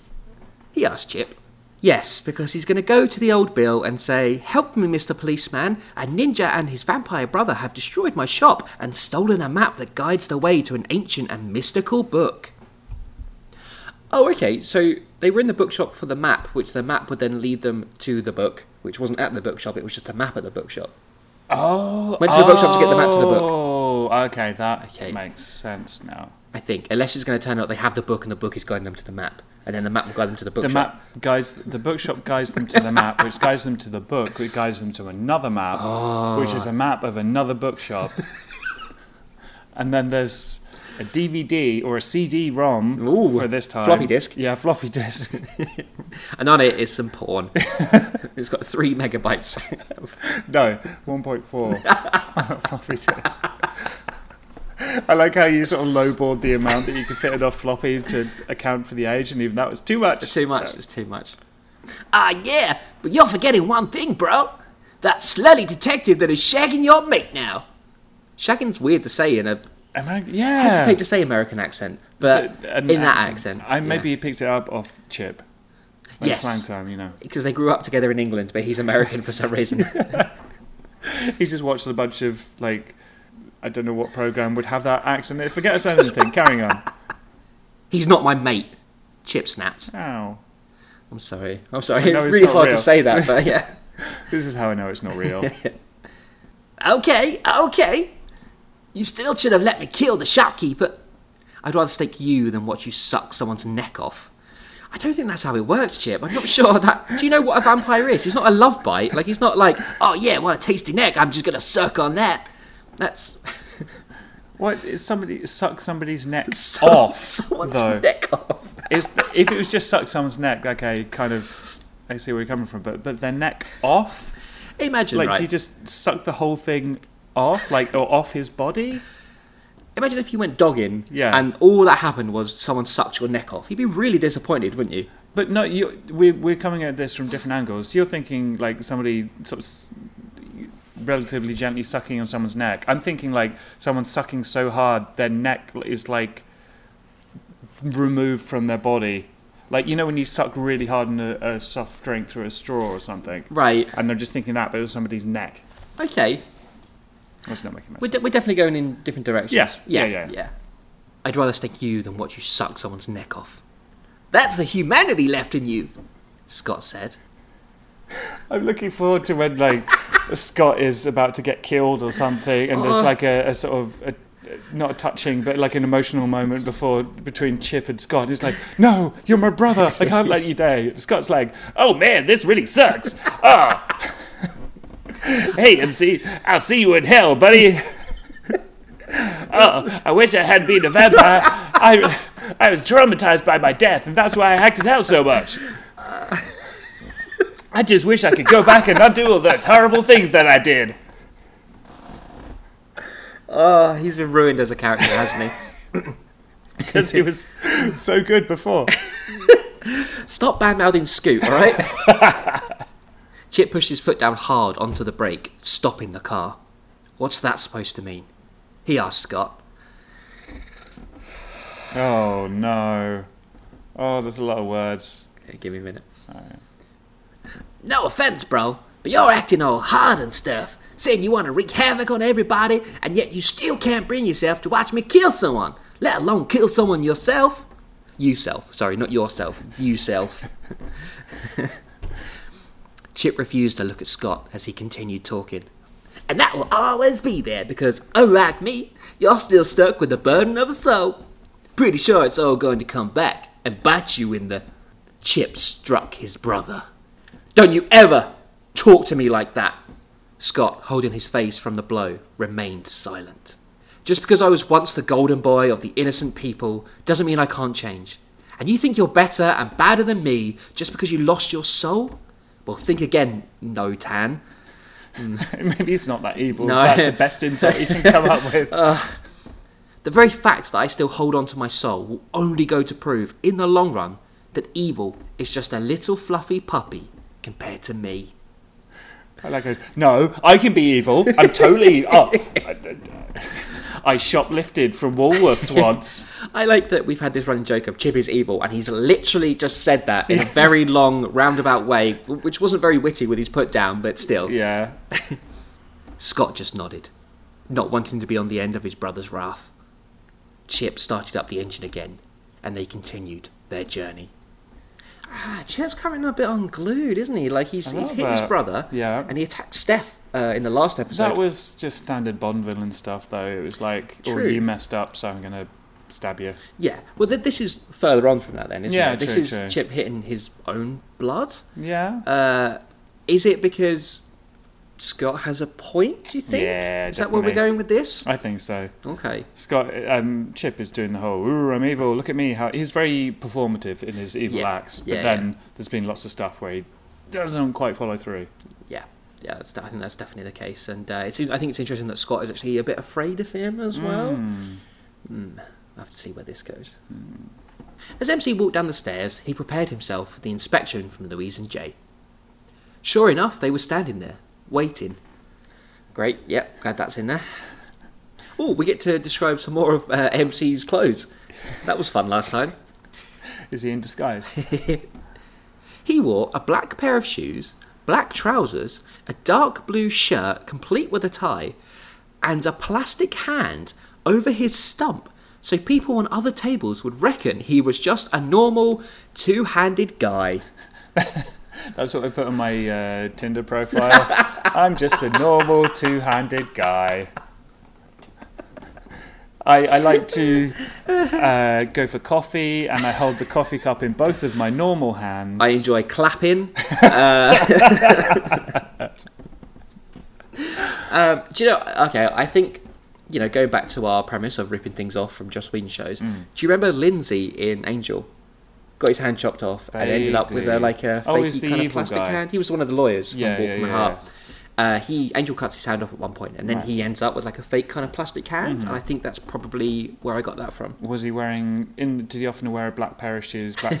Speaker 1: He asked Chip. Yes, because he's going to go to the old Bill and say, Help me, Mr. Policeman. A ninja and his vampire brother have destroyed my shop and stolen a map that guides the way to an ancient and mystical book. Oh, okay. So they were in the bookshop for the map, which the map would then lead them to the book, which wasn't at the bookshop. It was just a map at the bookshop.
Speaker 2: Oh.
Speaker 1: Went to the bookshop to get the map to the book.
Speaker 2: Oh, okay. That
Speaker 1: Okay.
Speaker 2: makes sense now.
Speaker 1: I think, unless it's going to turn out they have the book and the book is guiding them to the map, and then the map will guide them to the
Speaker 2: The
Speaker 1: bookshop.
Speaker 2: map guides the bookshop guides them to the map, which guides them to the book, which guides them to another map, which
Speaker 1: Ah.
Speaker 2: is a map of another bookshop. and then there's a DVD or a CD-ROM
Speaker 1: Ooh,
Speaker 2: for this time.
Speaker 1: floppy disk.
Speaker 2: Yeah, floppy disk.
Speaker 1: And on it is some porn. it's got three megabytes.
Speaker 2: No, 1.4 floppy disk. I like how you sort of lowballed the amount that you could fit in a floppy to account for the age, and even that was too much.
Speaker 1: too much. It's too much. Ah, yeah, but you're forgetting one thing, bro. That slutty detective that is shagging your mate now. Shagging's weird to say in a. I
Speaker 2: Ameri- yeah.
Speaker 1: hesitate to say American accent, but
Speaker 2: An
Speaker 1: in that accent.
Speaker 2: I maybe picked it up off Chip. Like
Speaker 1: Yes.
Speaker 2: slang time, you know.
Speaker 1: Because they grew up together in England, but he's American for some reason.
Speaker 2: He's just watching a bunch of like, I don't know what program would have that accent. Forget us anything. Carrying on.
Speaker 1: He's not my mate. Chip snapped.
Speaker 2: Ow.
Speaker 1: I'm sorry. I'm sorry.
Speaker 2: I know
Speaker 1: It's
Speaker 2: it's
Speaker 1: really
Speaker 2: not
Speaker 1: hard to
Speaker 2: real.
Speaker 1: say that, but yeah.
Speaker 2: This is how I know it's not real.
Speaker 1: Okay, okay. You still should have let me kill the shopkeeper. I'd rather stake you than watch you suck someone's neck off. I don't think that's how it works, Chip. I'm not sure that. Do you know what a vampire is? It's not a love bite. Like, he's not like, oh yeah, what a tasty neck. I'm just gonna suck on that. That's
Speaker 2: what is somebody suck somebody's neck
Speaker 1: so-
Speaker 2: off?
Speaker 1: someone's
Speaker 2: though.
Speaker 1: neck off.
Speaker 2: It's if it was just suck someone's neck, okay, kind of. I see where you're coming from, but but their neck off.
Speaker 1: Imagine,
Speaker 2: Like,
Speaker 1: right?
Speaker 2: do you just suck the whole thing off, like, or off his body?
Speaker 1: Imagine if you went dogging,
Speaker 2: Yeah.
Speaker 1: and all that happened was someone sucked your neck off. You'd be really disappointed, wouldn't you?
Speaker 2: But no, you, we're we're coming at this from different angles. You're thinking like somebody sort of s- relatively gently sucking on someone's neck. I'm thinking like someone sucking so hard their neck is like removed from their body. Like you know when you suck really hard on a, a soft drink through a straw or something.
Speaker 1: Right.
Speaker 2: And I'm just thinking that, but it was somebody's neck.
Speaker 1: Okay.
Speaker 2: That's not making much.
Speaker 1: We're,
Speaker 2: sense.
Speaker 1: de- we're definitely going in different directions.
Speaker 2: Yes. Yeah, yeah.
Speaker 1: I'd rather stick you than watch you suck someone's neck off. That's the humanity left in you, Scott said.
Speaker 2: I'm looking forward to when like Scott is about to get killed or something, and there's like a, a sort of a, not a touching, but like an emotional moment before between Chip and Scott. He's like, "No, you're my brother. I can't let you die." Scott's like, "Oh man, this really sucks. Ah, hey, and see, I'll see you in hell, buddy." Oh, I wish I hadn't been a vampire. I, I was traumatized by my death, and that's why I acted out so much. I just wish I could go back and undo all those horrible things that I did.
Speaker 1: Oh, he's been ruined as a character, hasn't he?
Speaker 2: Because he was so good before.
Speaker 1: Stop bad mouthing Scoot, all right? Chip pushed his foot down hard onto the brake, stopping the car. What's that supposed to mean? He asked Scott.
Speaker 2: Oh no. Oh, there's a lot of words.
Speaker 1: Okay, give me a minute. No offense, bro, but you're acting all hard and stuff, saying you want to wreak havoc on everybody, and yet you still can't bring yourself to watch me kill someone, let alone kill someone yourself. You self, sorry, not yourself, you self. Chip refused to look at Scott as he continued talking. And that will always be there because, unlike me, you're still stuck with the burden of a soul. Pretty sure it's all going to come back and bite you in the. Chip struck his brother. Don't you ever talk to me like that! Scott, holding his face from the blow, remained silent. Just because I was once the golden boy of the innocent people doesn't mean I can't change. And you think you're better and badder than me just because you lost your soul? Well, think again, no tan.
Speaker 2: Maybe it's not that evil.
Speaker 1: No.
Speaker 2: That's the best insult you can come up with.
Speaker 1: The very fact that I still hold on to my soul will only go to prove, in the long run, that evil is just a little fluffy puppy compared to me.
Speaker 2: I like it. No, I can be evil. I'm totally. Oh, I, I shoplifted from Woolworths once.
Speaker 1: I like that we've had this running joke of Chip is evil, and he's literally just said that in a very long, roundabout way, which wasn't very witty with his put down, but still.
Speaker 2: Yeah.
Speaker 1: Scott just nodded, not wanting to be on the end of his brother's wrath. Chip started up the engine again, and they continued their journey. Ah, Chip's coming a bit unglued, isn't he? Like he's,
Speaker 2: I
Speaker 1: he's
Speaker 2: love
Speaker 1: hit his
Speaker 2: that.
Speaker 1: brother,
Speaker 2: Yeah.
Speaker 1: and he attacked Steph uh, in the last episode.
Speaker 2: That was just standard Bond villain stuff, though. It was like, oh,
Speaker 1: True.
Speaker 2: you messed up, so I'm going to stab you.
Speaker 1: yeah, well, th- this is further on from that, then, isn't
Speaker 2: Yeah,
Speaker 1: it? This
Speaker 2: true,
Speaker 1: is
Speaker 2: true.
Speaker 1: Chip hitting his own blood.
Speaker 2: Yeah.
Speaker 1: Uh, is it because Scott has a point? Do you think?
Speaker 2: Yeah,
Speaker 1: Is that where we're
Speaker 2: definitely.
Speaker 1: going with this?
Speaker 2: I think so.
Speaker 1: Okay.
Speaker 2: Scott um, Chip is doing the whole "Ooh, I'm evil. Look at me!" How he's very performative in his evil
Speaker 1: Yeah,
Speaker 2: acts, but
Speaker 1: yeah,
Speaker 2: then there's been lots of stuff where he doesn't quite follow through.
Speaker 1: Yeah, yeah. That's, I think that's definitely the case, and uh, it's. I think it's interesting that Scott is actually a bit afraid of him as well.
Speaker 2: Mm.
Speaker 1: Hmm. I have to see where this goes. As MC walked down the stairs, he prepared himself for the inspection from Louise and Jay. Sure enough, they were standing there, waiting. Great, yep, glad that's in there. Oh, we get to describe some more of uh, MC's clothes. That was fun last time.
Speaker 2: Is he in disguise?
Speaker 1: he wore a black pair of shoes, black trousers, a dark blue shirt complete with a tie, and a plastic hand over his stump so people on other tables would reckon he was just a normal two handed guy.
Speaker 2: That's what I put on my uh, Tinder profile. I'm just a normal two handed guy. I, I like to uh, go for coffee and I hold the coffee cup in both of my normal hands.
Speaker 1: I enjoy clapping. uh, um, do you know? Okay, I think you know. Going back to our premise of ripping things off from Joss Whedon shows,
Speaker 2: Mm.
Speaker 1: do you remember Lindsay in Angel? Got his hand chopped off and ended up with a,
Speaker 2: Vaguely.
Speaker 1: like a
Speaker 2: Oh,
Speaker 1: fakey
Speaker 2: he's the
Speaker 1: kind of
Speaker 2: evil
Speaker 1: plastic
Speaker 2: guy.
Speaker 1: hand. He was one of the lawyers
Speaker 2: Yeah,
Speaker 1: from Wolfram
Speaker 2: yeah,
Speaker 1: and
Speaker 2: yeah,
Speaker 1: Hart. Uh, he Angel cuts his hand off at one point, and then
Speaker 2: Right. Mm-hmm.
Speaker 1: he ends up with like a fake kind of plastic hand. And I think that's probably where I got that from.
Speaker 2: Was he wearing? In, did he often wear a black pair of shoes, black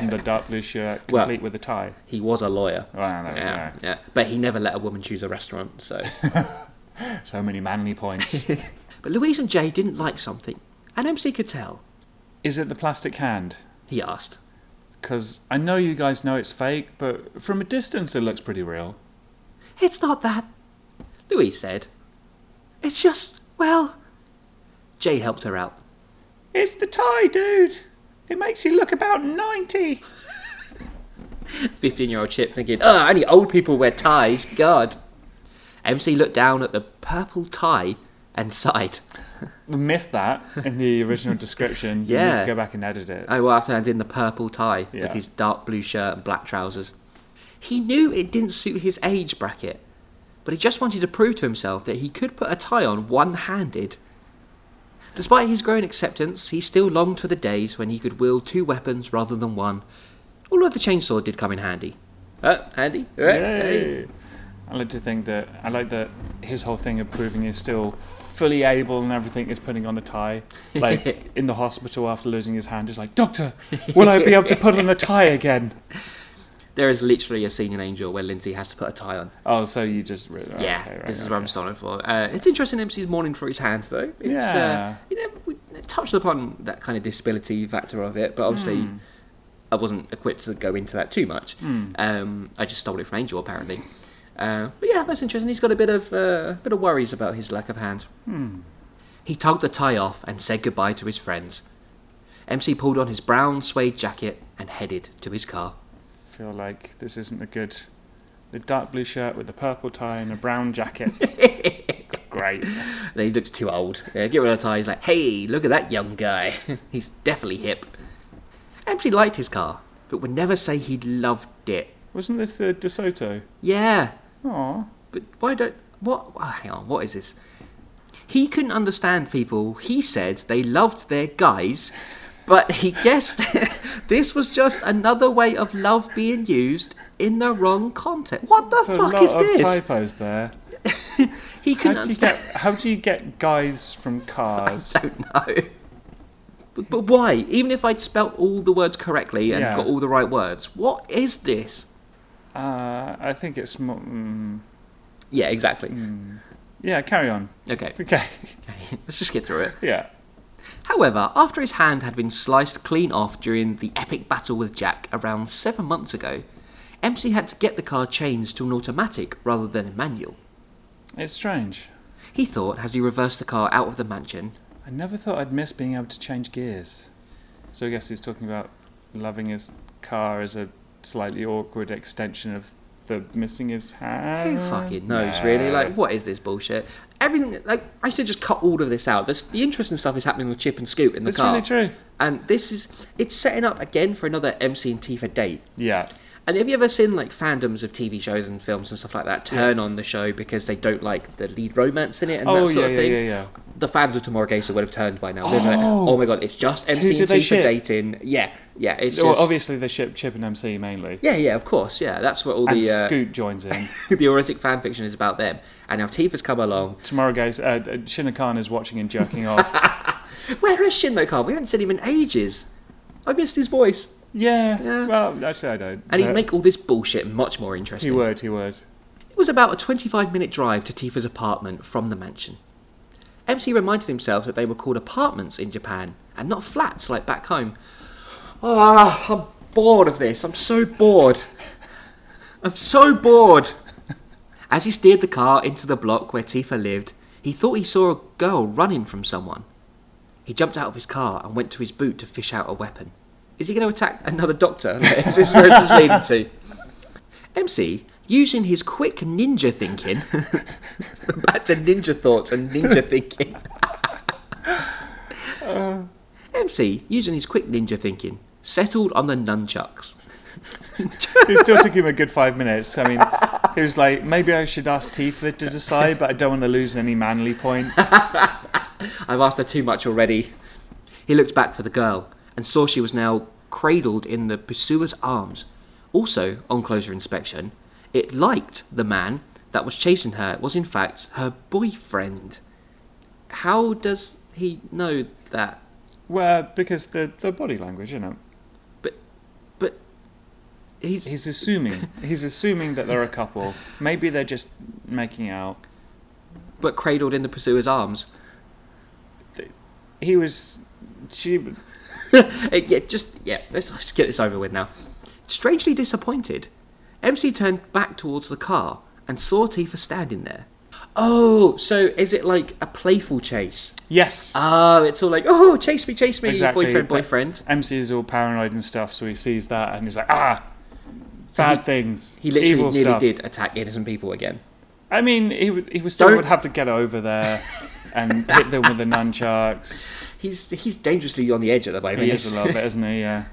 Speaker 2: and a dark blue shirt,
Speaker 1: Well-
Speaker 2: complete with a tie?
Speaker 1: He was a lawyer.
Speaker 2: Wow, there we
Speaker 1: yeah,
Speaker 2: go.
Speaker 1: yeah, but he never let a woman choose a restaurant. So,
Speaker 2: So many manly points.
Speaker 1: but Louise and Jay didn't like something, and MC could tell.
Speaker 2: Is it the plastic hand?
Speaker 1: He asked.
Speaker 2: Because I know you guys know it's fake, but from a distance it looks pretty real.
Speaker 1: It's not that, Louise said. It's just, well. Jay helped her out.
Speaker 2: It's the tie, dude. It makes you look about ninety.
Speaker 1: 15 year old Chip thinking, oh, only old people wear ties, God. MC looked down at the purple tie and sighed.
Speaker 2: We missed that in the original description. You need
Speaker 1: Yeah.
Speaker 2: to go back and edit it.
Speaker 1: Oh, well, after I in the purple tie
Speaker 2: Yeah.
Speaker 1: with his dark blue shirt and black trousers. He knew it didn't suit his age bracket, but he just wanted to prove to himself that he could put a tie on one handed. Despite his growing acceptance, he still longed for the days when he could wield two weapons rather than one, although the chainsaw did come in handy. Uh, handy? Uh, hey.
Speaker 2: Yay. I like to think that I like that his whole thing of proving he's still fully able and everything is putting on a tie. Like in the hospital after losing his hand, he's like, Doctor, will I be able to put on a tie again?
Speaker 1: There is literally a scene in Angel where Lindsay has to put a tie on.
Speaker 2: Oh, so you just re-
Speaker 1: yeah,
Speaker 2: okay, right,
Speaker 1: this is
Speaker 2: okay.
Speaker 1: what I'm starting for. Uh, it's interesting MC's mourning for his hand, though. It's,
Speaker 2: Yeah.
Speaker 1: Uh, you know, we touched upon that kind of disability factor of it, but obviously
Speaker 2: Hmm.
Speaker 1: I wasn't equipped to go into that too much. Um, I just stole it from Angel, apparently. Uh, but yeah, that's interesting. He's got a bit of uh, bit of worries about his lack of hand.
Speaker 2: Hmm.
Speaker 1: He tugged the tie off and said goodbye to his friends. MC pulled on his brown suede jacket and headed to his car.
Speaker 2: feel like this isn't a good. The dark blue shirt with the purple tie and a brown jacket. it's great.
Speaker 1: And he looks too old. Yeah, get rid of the tie. He's like, hey, look at that young guy. he's definitely hip. MC liked his car, but would never say he loved it.
Speaker 2: Wasn't this the DeSoto?
Speaker 1: Yeah,
Speaker 2: Aw.
Speaker 1: but why don't. What? oh, hang on, what is this? He couldn't understand people. He said they loved their guys, but he guessed this was just another way of love being used in the wrong context. What the
Speaker 2: There's a
Speaker 1: fuck
Speaker 2: lot
Speaker 1: is
Speaker 2: of
Speaker 1: this?
Speaker 2: typos there.
Speaker 1: He
Speaker 2: How
Speaker 1: couldn't
Speaker 2: do, you
Speaker 1: understand.
Speaker 2: get, how do you get guys from cars?
Speaker 1: don't know. But, but why? Even if I'd spelt all the words correctly and
Speaker 2: Yeah.
Speaker 1: got all the right words, what is this?
Speaker 2: Uh, I think it's more. Mm,
Speaker 1: Yeah, exactly.
Speaker 2: Hmm. yeah, carry on.
Speaker 1: Okay,
Speaker 2: Okay.
Speaker 1: let's just get through it.
Speaker 2: Yeah.
Speaker 1: However, after his hand had been sliced clean off during the epic battle with Jack around seven months ago, MC had to get the car changed to an automatic rather than a manual.
Speaker 2: It's strange.
Speaker 1: He thought as he reversed the car out of the mansion.
Speaker 2: I never thought I'd miss being able to change gears. So I guess he's talking about loving his car as a slightly awkward extension of the missing his hand.
Speaker 1: Who fucking knows, really?
Speaker 2: no.
Speaker 1: Like, what is this bullshit? Everything, like, I should just cut all of this out. This, the interesting stuff is happening with Chip and Scoop in the
Speaker 2: That's
Speaker 1: car.
Speaker 2: really true.
Speaker 1: And this is it's setting up again for another MC and Tifa date.
Speaker 2: Yeah.
Speaker 1: And have you ever seen like fandoms of TV shows and films and stuff like that turn on the show because they don't like the lead romance in it and
Speaker 2: oh,
Speaker 1: that sort
Speaker 2: yeah,
Speaker 1: of thing?
Speaker 2: yeah, yeah,
Speaker 1: The fans of Tomorrow Gator would have turned by now. They'd be like, oh my god, it's just MC and
Speaker 2: did they
Speaker 1: Tifa
Speaker 2: ship?
Speaker 1: dating. Yeah, yeah, it's
Speaker 2: yeah. Well,
Speaker 1: just-
Speaker 2: obviously they ship Chip and MC mainly.
Speaker 1: yeah, yeah, of course, yeah. That's what all
Speaker 2: And
Speaker 1: the uh,
Speaker 2: Scoot joins in.
Speaker 1: the erotic fan fiction is about them. And now Tifa's come along.
Speaker 2: Tomorrow, guys, uh, Shinokan is watching and jerking off.
Speaker 1: Where is Shinno Khan? We haven't seen him in ages. I missed his voice.
Speaker 2: Yeah.
Speaker 1: Yeah.
Speaker 2: Well, actually, I don't.
Speaker 1: And he'd
Speaker 2: but
Speaker 1: make all this bullshit much more
Speaker 2: He
Speaker 1: interesting.
Speaker 2: would. He would.
Speaker 1: It was about a 25 minute drive to Tifa's apartment from the mansion. MC reminded himself that they were called apartments in Japan and not flats like back home. Ah, I'm bored of this. I'm so bored. I'm so bored. As he steered the car into the block where Tifa lived, he thought he saw a girl running from someone. He jumped out of his car and went to his boot to fish out a weapon. Is he going to attack another doctor? is this where this is leading to? MC, using his quick ninja thinking, back to ninja thoughts and ninja thinking. Uh. MC, using his quick ninja thinking, settled on the nunchucks.
Speaker 2: It still took him a good five minutes. I mean, he was like, maybe I should ask Tifa to decide, but I don't want to lose any manly points.
Speaker 1: I've asked her too much already. He looked back for the girl and saw she was now cradled in the pursuer's arms. Also, on closer inspection, it liked the man that was chasing her was in fact her boyfriend. How does he know that?
Speaker 2: Well, because the, the body language, you know.
Speaker 1: But he's,
Speaker 2: He's assuming. He's assuming that they're a couple. Maybe they're just making out.
Speaker 1: but cradled in the pursuer's arms.
Speaker 2: He was. She.
Speaker 1: Uh, yeah, just yeah. Let's just get this over with now. Strangely disappointed, MC turned back towards the car and saw Tifa standing there. Oh, so is it like a playful chase?
Speaker 2: Yes.
Speaker 1: Oh, it's all like, oh, chase me, chase me,
Speaker 2: Exactly,
Speaker 1: boyfriend,
Speaker 2: but-
Speaker 1: boyfriend.
Speaker 2: MC is all paranoid and stuff, so he sees that and he's like, ah, bad
Speaker 1: he-
Speaker 2: things.
Speaker 1: He literally
Speaker 2: evil
Speaker 1: nearly
Speaker 2: stuff.
Speaker 1: did attack innocent people again.
Speaker 2: I mean, he would, he would still
Speaker 1: Don't-
Speaker 2: would have to get over there and hit them with the nunchucks.
Speaker 1: He's he's dangerously on the edge at the moment.
Speaker 2: He is a little bit, isn't he? Yeah.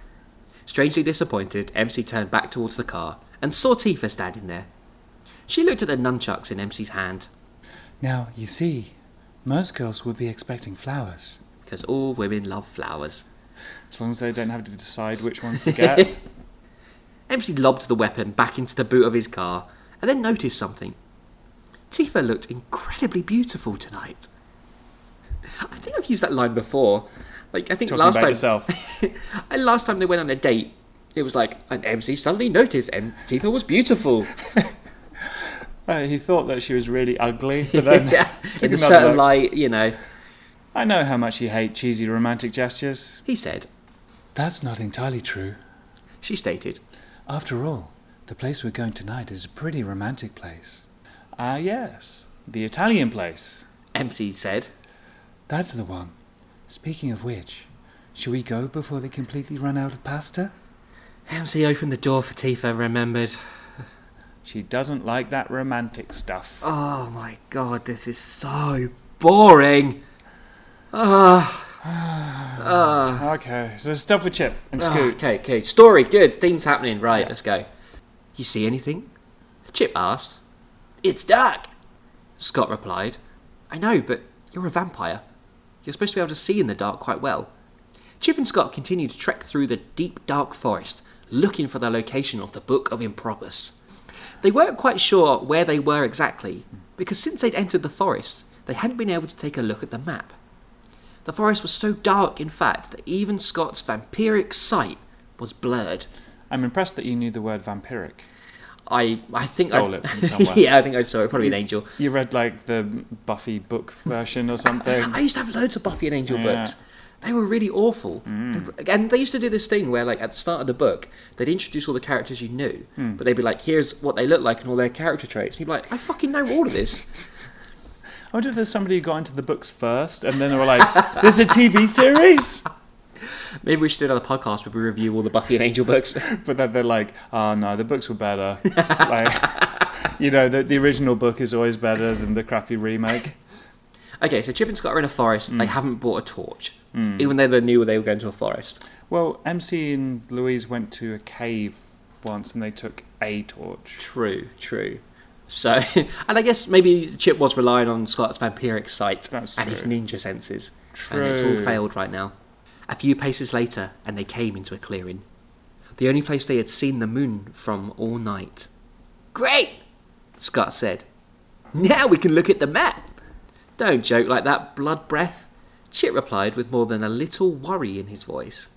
Speaker 1: Strangely disappointed, MC turned back towards the car and saw Tifa standing there. She looked at the nunchucks in MC's hand
Speaker 2: Now, you see, most girls would be expecting flowers.
Speaker 1: because all women love flowers.
Speaker 2: As long as they don't have to decide which ones to get.
Speaker 1: MC lobbed the weapon back into the boot of his car and then noticed something. Tifa looked incredibly beautiful tonight. I think I've used that line before. Like I think
Speaker 2: Talking
Speaker 1: last
Speaker 2: about
Speaker 1: time
Speaker 2: yourself.
Speaker 1: I last time they went on a date, it was like an MC suddenly noticed and Tifa was beautiful.
Speaker 2: Uh, he thought that she was really ugly, but then
Speaker 1: in
Speaker 2: took
Speaker 1: a
Speaker 2: another
Speaker 1: certain
Speaker 2: look.
Speaker 1: light, you know.
Speaker 2: I know how much you hate cheesy romantic gestures.
Speaker 1: He said,
Speaker 2: That's not entirely true.
Speaker 1: she stated,
Speaker 2: After all, the place we're going tonight is a pretty romantic place. Ah, yes, the Italian place.
Speaker 1: MC said.
Speaker 2: That's the one. Speaking of which, shall we go before they completely run out of pasta?
Speaker 1: MC opened the door for Tifa, remembered.
Speaker 2: She doesn't like that romantic stuff.
Speaker 1: Oh my god, this is so boring. Ah. Ah.
Speaker 2: Okay, so stuff with Chip and
Speaker 1: Ah,
Speaker 2: Scoot.
Speaker 1: okay, okay. Story, good. Things happening. Right, let's go. You see anything? Chip asked. It's dark. Scott replied. I know, but you're a vampire. You're supposed to be able to see in the dark quite well. Chip and Scott continued to trek through the deep, dark forest, looking for the location of the Book of Impropus. They weren't quite sure where they were exactly, because since they'd entered the forest, they hadn't been able to take a look at the map. The forest was so dark, in fact, that even Scott's vampiric sight was blurred.
Speaker 2: I'm impressed that you knew the word vampiric.
Speaker 1: I, I think
Speaker 2: Stole
Speaker 1: I,
Speaker 2: it from somewhere.
Speaker 1: yeah, I think I saw it. Probably an angel.
Speaker 2: You read like the Buffy book version or something.
Speaker 1: I used to have loads of Buffy and Angel
Speaker 2: Yeah. Mm.
Speaker 1: books. They were really awful, and they used to do this thing where, like, at the start of the book, they'd introduce all the characters you knew,
Speaker 2: Mm.
Speaker 1: but they'd be like, "Here's what they look like and all their character traits." And you'd be like, "I fucking know all of this."
Speaker 2: I wonder if there's somebody who got into the books first and then they were like, there's a TV series?
Speaker 1: Maybe we should do another podcast where we review all the Buffy and Angel books.
Speaker 2: But then they're like, oh no, the books were better. like, you know, the, the original book is always better than the crappy remake.
Speaker 1: okay, so Chip and Scott are in a forest.
Speaker 2: Mm.
Speaker 1: They haven't brought a torch, even though they knew they were going to a forest.
Speaker 2: Well, MC and Louise went to a cave once and they took a torch.
Speaker 1: True, true. So, and I guess maybe Chip was relying on Scott's vampiric sight
Speaker 2: That's
Speaker 1: and his
Speaker 2: true.
Speaker 1: ninja senses, and it's all
Speaker 2: True.
Speaker 1: failed right now. A few paces later, and they came into a clearing, the only place they had seen the moon from all night. Great, Scott said. Now we can look at the map. Don't joke like that, blood breath. Chip replied with more than a little worry in his voice.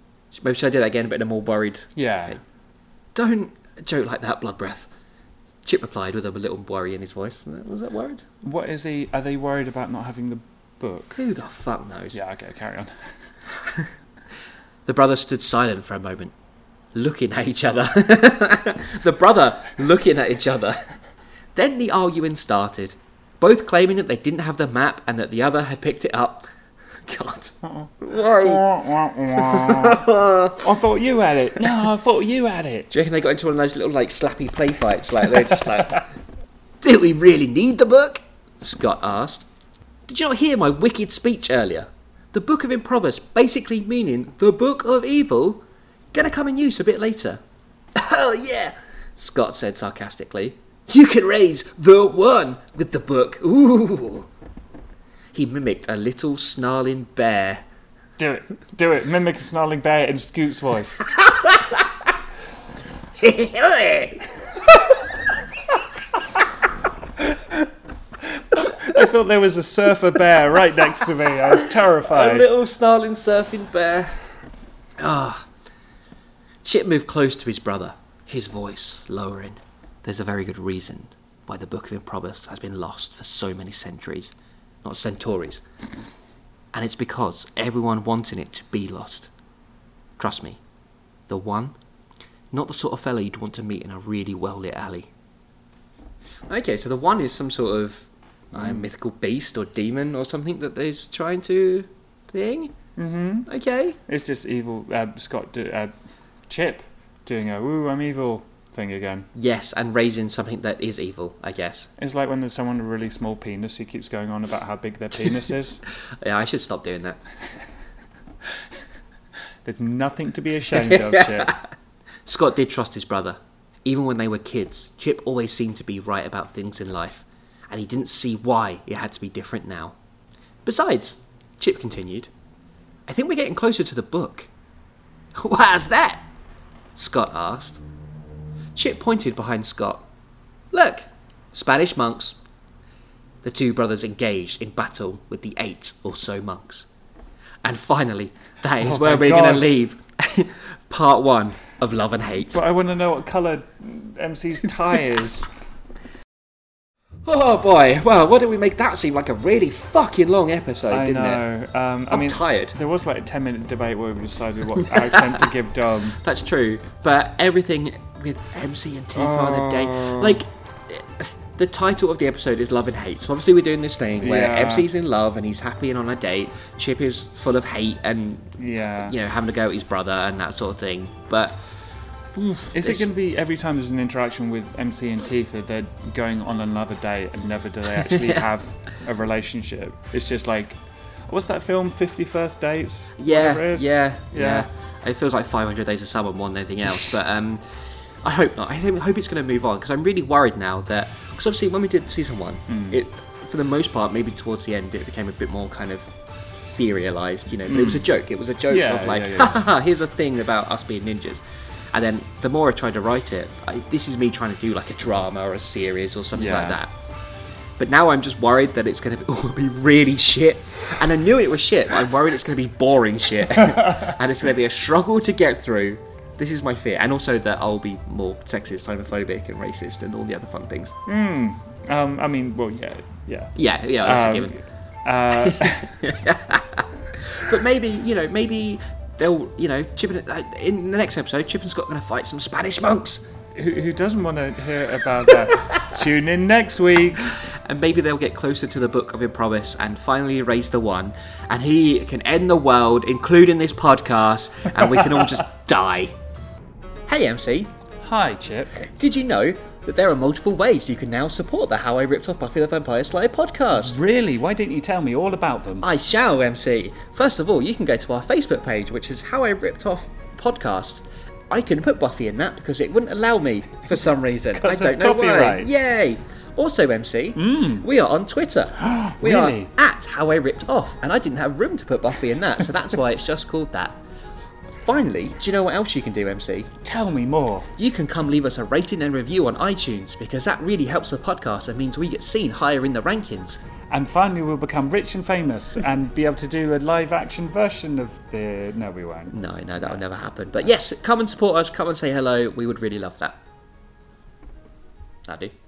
Speaker 1: Maybe should I do that again, but in a more worried
Speaker 2: Yeah.
Speaker 1: Okay. don't joke like that, blood breath. Chip replied with a little worry in his voice. Was that, was that worried?
Speaker 2: What is he? Are they worried about not having the book?
Speaker 1: Who the fuck knows?
Speaker 2: Yeah, okay, carry on.
Speaker 1: The brothers stood silent for a moment, looking at each other. the brother looking at each other. Then the arguing started, both claiming that they didn't have the map and that the other had picked it up. God. Whoa.
Speaker 2: I thought you had it. No, I thought you had it.
Speaker 1: Do you reckon they got into one of those little like slappy play fights? Like they're just like, "Do we really need the book?" Scott asked. Did you not hear my wicked speech earlier? The Book of Improbus, basically meaning the Book of Evil, gonna come in use a bit later. Oh yeah, Scott said sarcastically. You can raise the one with the book. Ooh. He mimicked a little snarling bear.
Speaker 2: Do it. Do it. Mimic a snarling bear in Scoot's voice. I thought there was a surfer bear right next to me. I was
Speaker 1: A
Speaker 2: terrified.
Speaker 1: little snarling surfing bear. Ah. Chip moved close to his brother, his voice lowering. There's a very good reason why the Book of Improbus has been lost for so many centuries, not centauries. And it's because everyone wanted it to be lost. Trust me, the one, not the sort of fella you'd want to meet in a really well lit alley. Okay, so the one is some sort of uh, mythical beast or demon or something that is trying to thing. Mm-hmm. Okay.
Speaker 2: It's just evil. Uh, Scott, do, uh, Chip, doing a "Ooh, I'm evil" thing again.
Speaker 1: Yes, and raising something that is evil, I guess.
Speaker 2: It's like when there's someone with a really small penis who keeps going on about how big their penis is.
Speaker 1: Yeah, I should stop doing that.
Speaker 2: There's nothing to be ashamed of, Chip.
Speaker 1: Scott did trust his brother. Even when they were kids, Chip always seemed to be right about things in life, and he didn't see why it had to be different now. Besides, Chip continued, I think we're getting closer to the book. Why's that? Scott asked. Chip pointed behind Scott. Look, Spanish monks. The two brothers engaged in battle with the eight or so monks. And finally, that is
Speaker 2: Oh,
Speaker 1: where
Speaker 2: thank
Speaker 1: we're going
Speaker 2: God.
Speaker 1: to leave part one of Love and Hate.
Speaker 2: But I want to know what colour MC's tie is.
Speaker 1: Oh boy! Well, what did we make that seem like a really fucking long episode,
Speaker 2: I
Speaker 1: didn't it?
Speaker 2: know. Um, I
Speaker 1: I'm
Speaker 2: mean,
Speaker 1: tired.
Speaker 2: There was like a ten-minute debate where we decided what accent to give Dom.
Speaker 1: That's true. But everything with MC and Tifa on the day,
Speaker 2: Oh.
Speaker 1: like eh, the title of the episode is Love and Hate. So obviously we're doing this thing where
Speaker 2: Yeah.
Speaker 1: MC's in love and he's happy and on a date. Chip is full of hate and
Speaker 2: Yeah.
Speaker 1: you know having to go at his brother and that sort of thing. But
Speaker 2: Is
Speaker 1: It's-
Speaker 2: it going to be every time there's an interaction with MC and Tifa, they're going on another date and never do they actually have a relationship? It's just like, what's that film, Fifty First Dates? Whatever it
Speaker 1: Yeah,
Speaker 2: is?
Speaker 1: yeah,
Speaker 2: Yeah.
Speaker 1: yeah, It feels like 500 Days of Summer more than anything else. But um, I hope not. I think- I hope it's going to move on because I'm really worried now that because obviously when we did season one,
Speaker 2: Hmm.
Speaker 1: it for the most part maybe towards the end it became a bit more kind of serialized, you know. But it was a joke. It was a joke
Speaker 2: Hmm. Yeah,
Speaker 1: of like,
Speaker 2: yeah, yeah.
Speaker 1: ha ha ha, here's a thing about us being ninjas. And then the more I tried to write it, I, this is me trying to do like a drama or a series or something like
Speaker 2: Yeah.
Speaker 1: that. But now I'm just worried that it's going to be really shit. And I knew it was shit, but I'm worried it's going to be boring shit. and it's going to be a struggle to get through. This is my fear. And also that I'll be more sexist, homophobic, and racist, and all the other fun things.
Speaker 2: Um, I mean, well, yeah, yeah.
Speaker 1: Yeah, yeah, that's
Speaker 2: Um,
Speaker 1: a given.
Speaker 2: Uh,
Speaker 1: But maybe, you know, maybe they'll, you know, Chip and, uh, in the next episode, Chip and Scott are going to fight some Spanish monks.
Speaker 2: who, who doesn't want to hear about that? Tune in next week.
Speaker 1: And maybe they'll get closer to the Book of Improbus and finally raise the one. And he can end the world, including this podcast, and we can all just die. Hey, MC,
Speaker 2: Hi, Chip.
Speaker 1: did you know that there are multiple ways you can now support the How I Ripped Off Buffy the Vampire Slayer podcast?
Speaker 2: Really? Why didn't you tell me all about them?
Speaker 1: I shall, MC. First of all, you can go to our Facebook page, which is How I Ripped Off Podcast. I couldn't put Buffy in that because it wouldn't allow me for some reason. I
Speaker 2: 'Cause
Speaker 1: don't
Speaker 2: of
Speaker 1: know why.
Speaker 2: copyright. Hmm.
Speaker 1: Yay! Also, MC, we are on Twitter. we
Speaker 2: Really?
Speaker 1: are at How I Ripped Off, and I didn't have room to put Buffy in that, so that's why it's just called that. Finally, do you know what else you can do, MC?
Speaker 2: Tell me more.
Speaker 1: you can come leave us a rating and review on iTunes because that really helps the podcast and means we get seen higher in the rankings.
Speaker 2: And finally, we'll become rich and famous and be able to do a live action version of the. No, we won't.
Speaker 1: No, no, that'll never happen. But yes, come and support us, come and say hello. We would really love that. That'll do.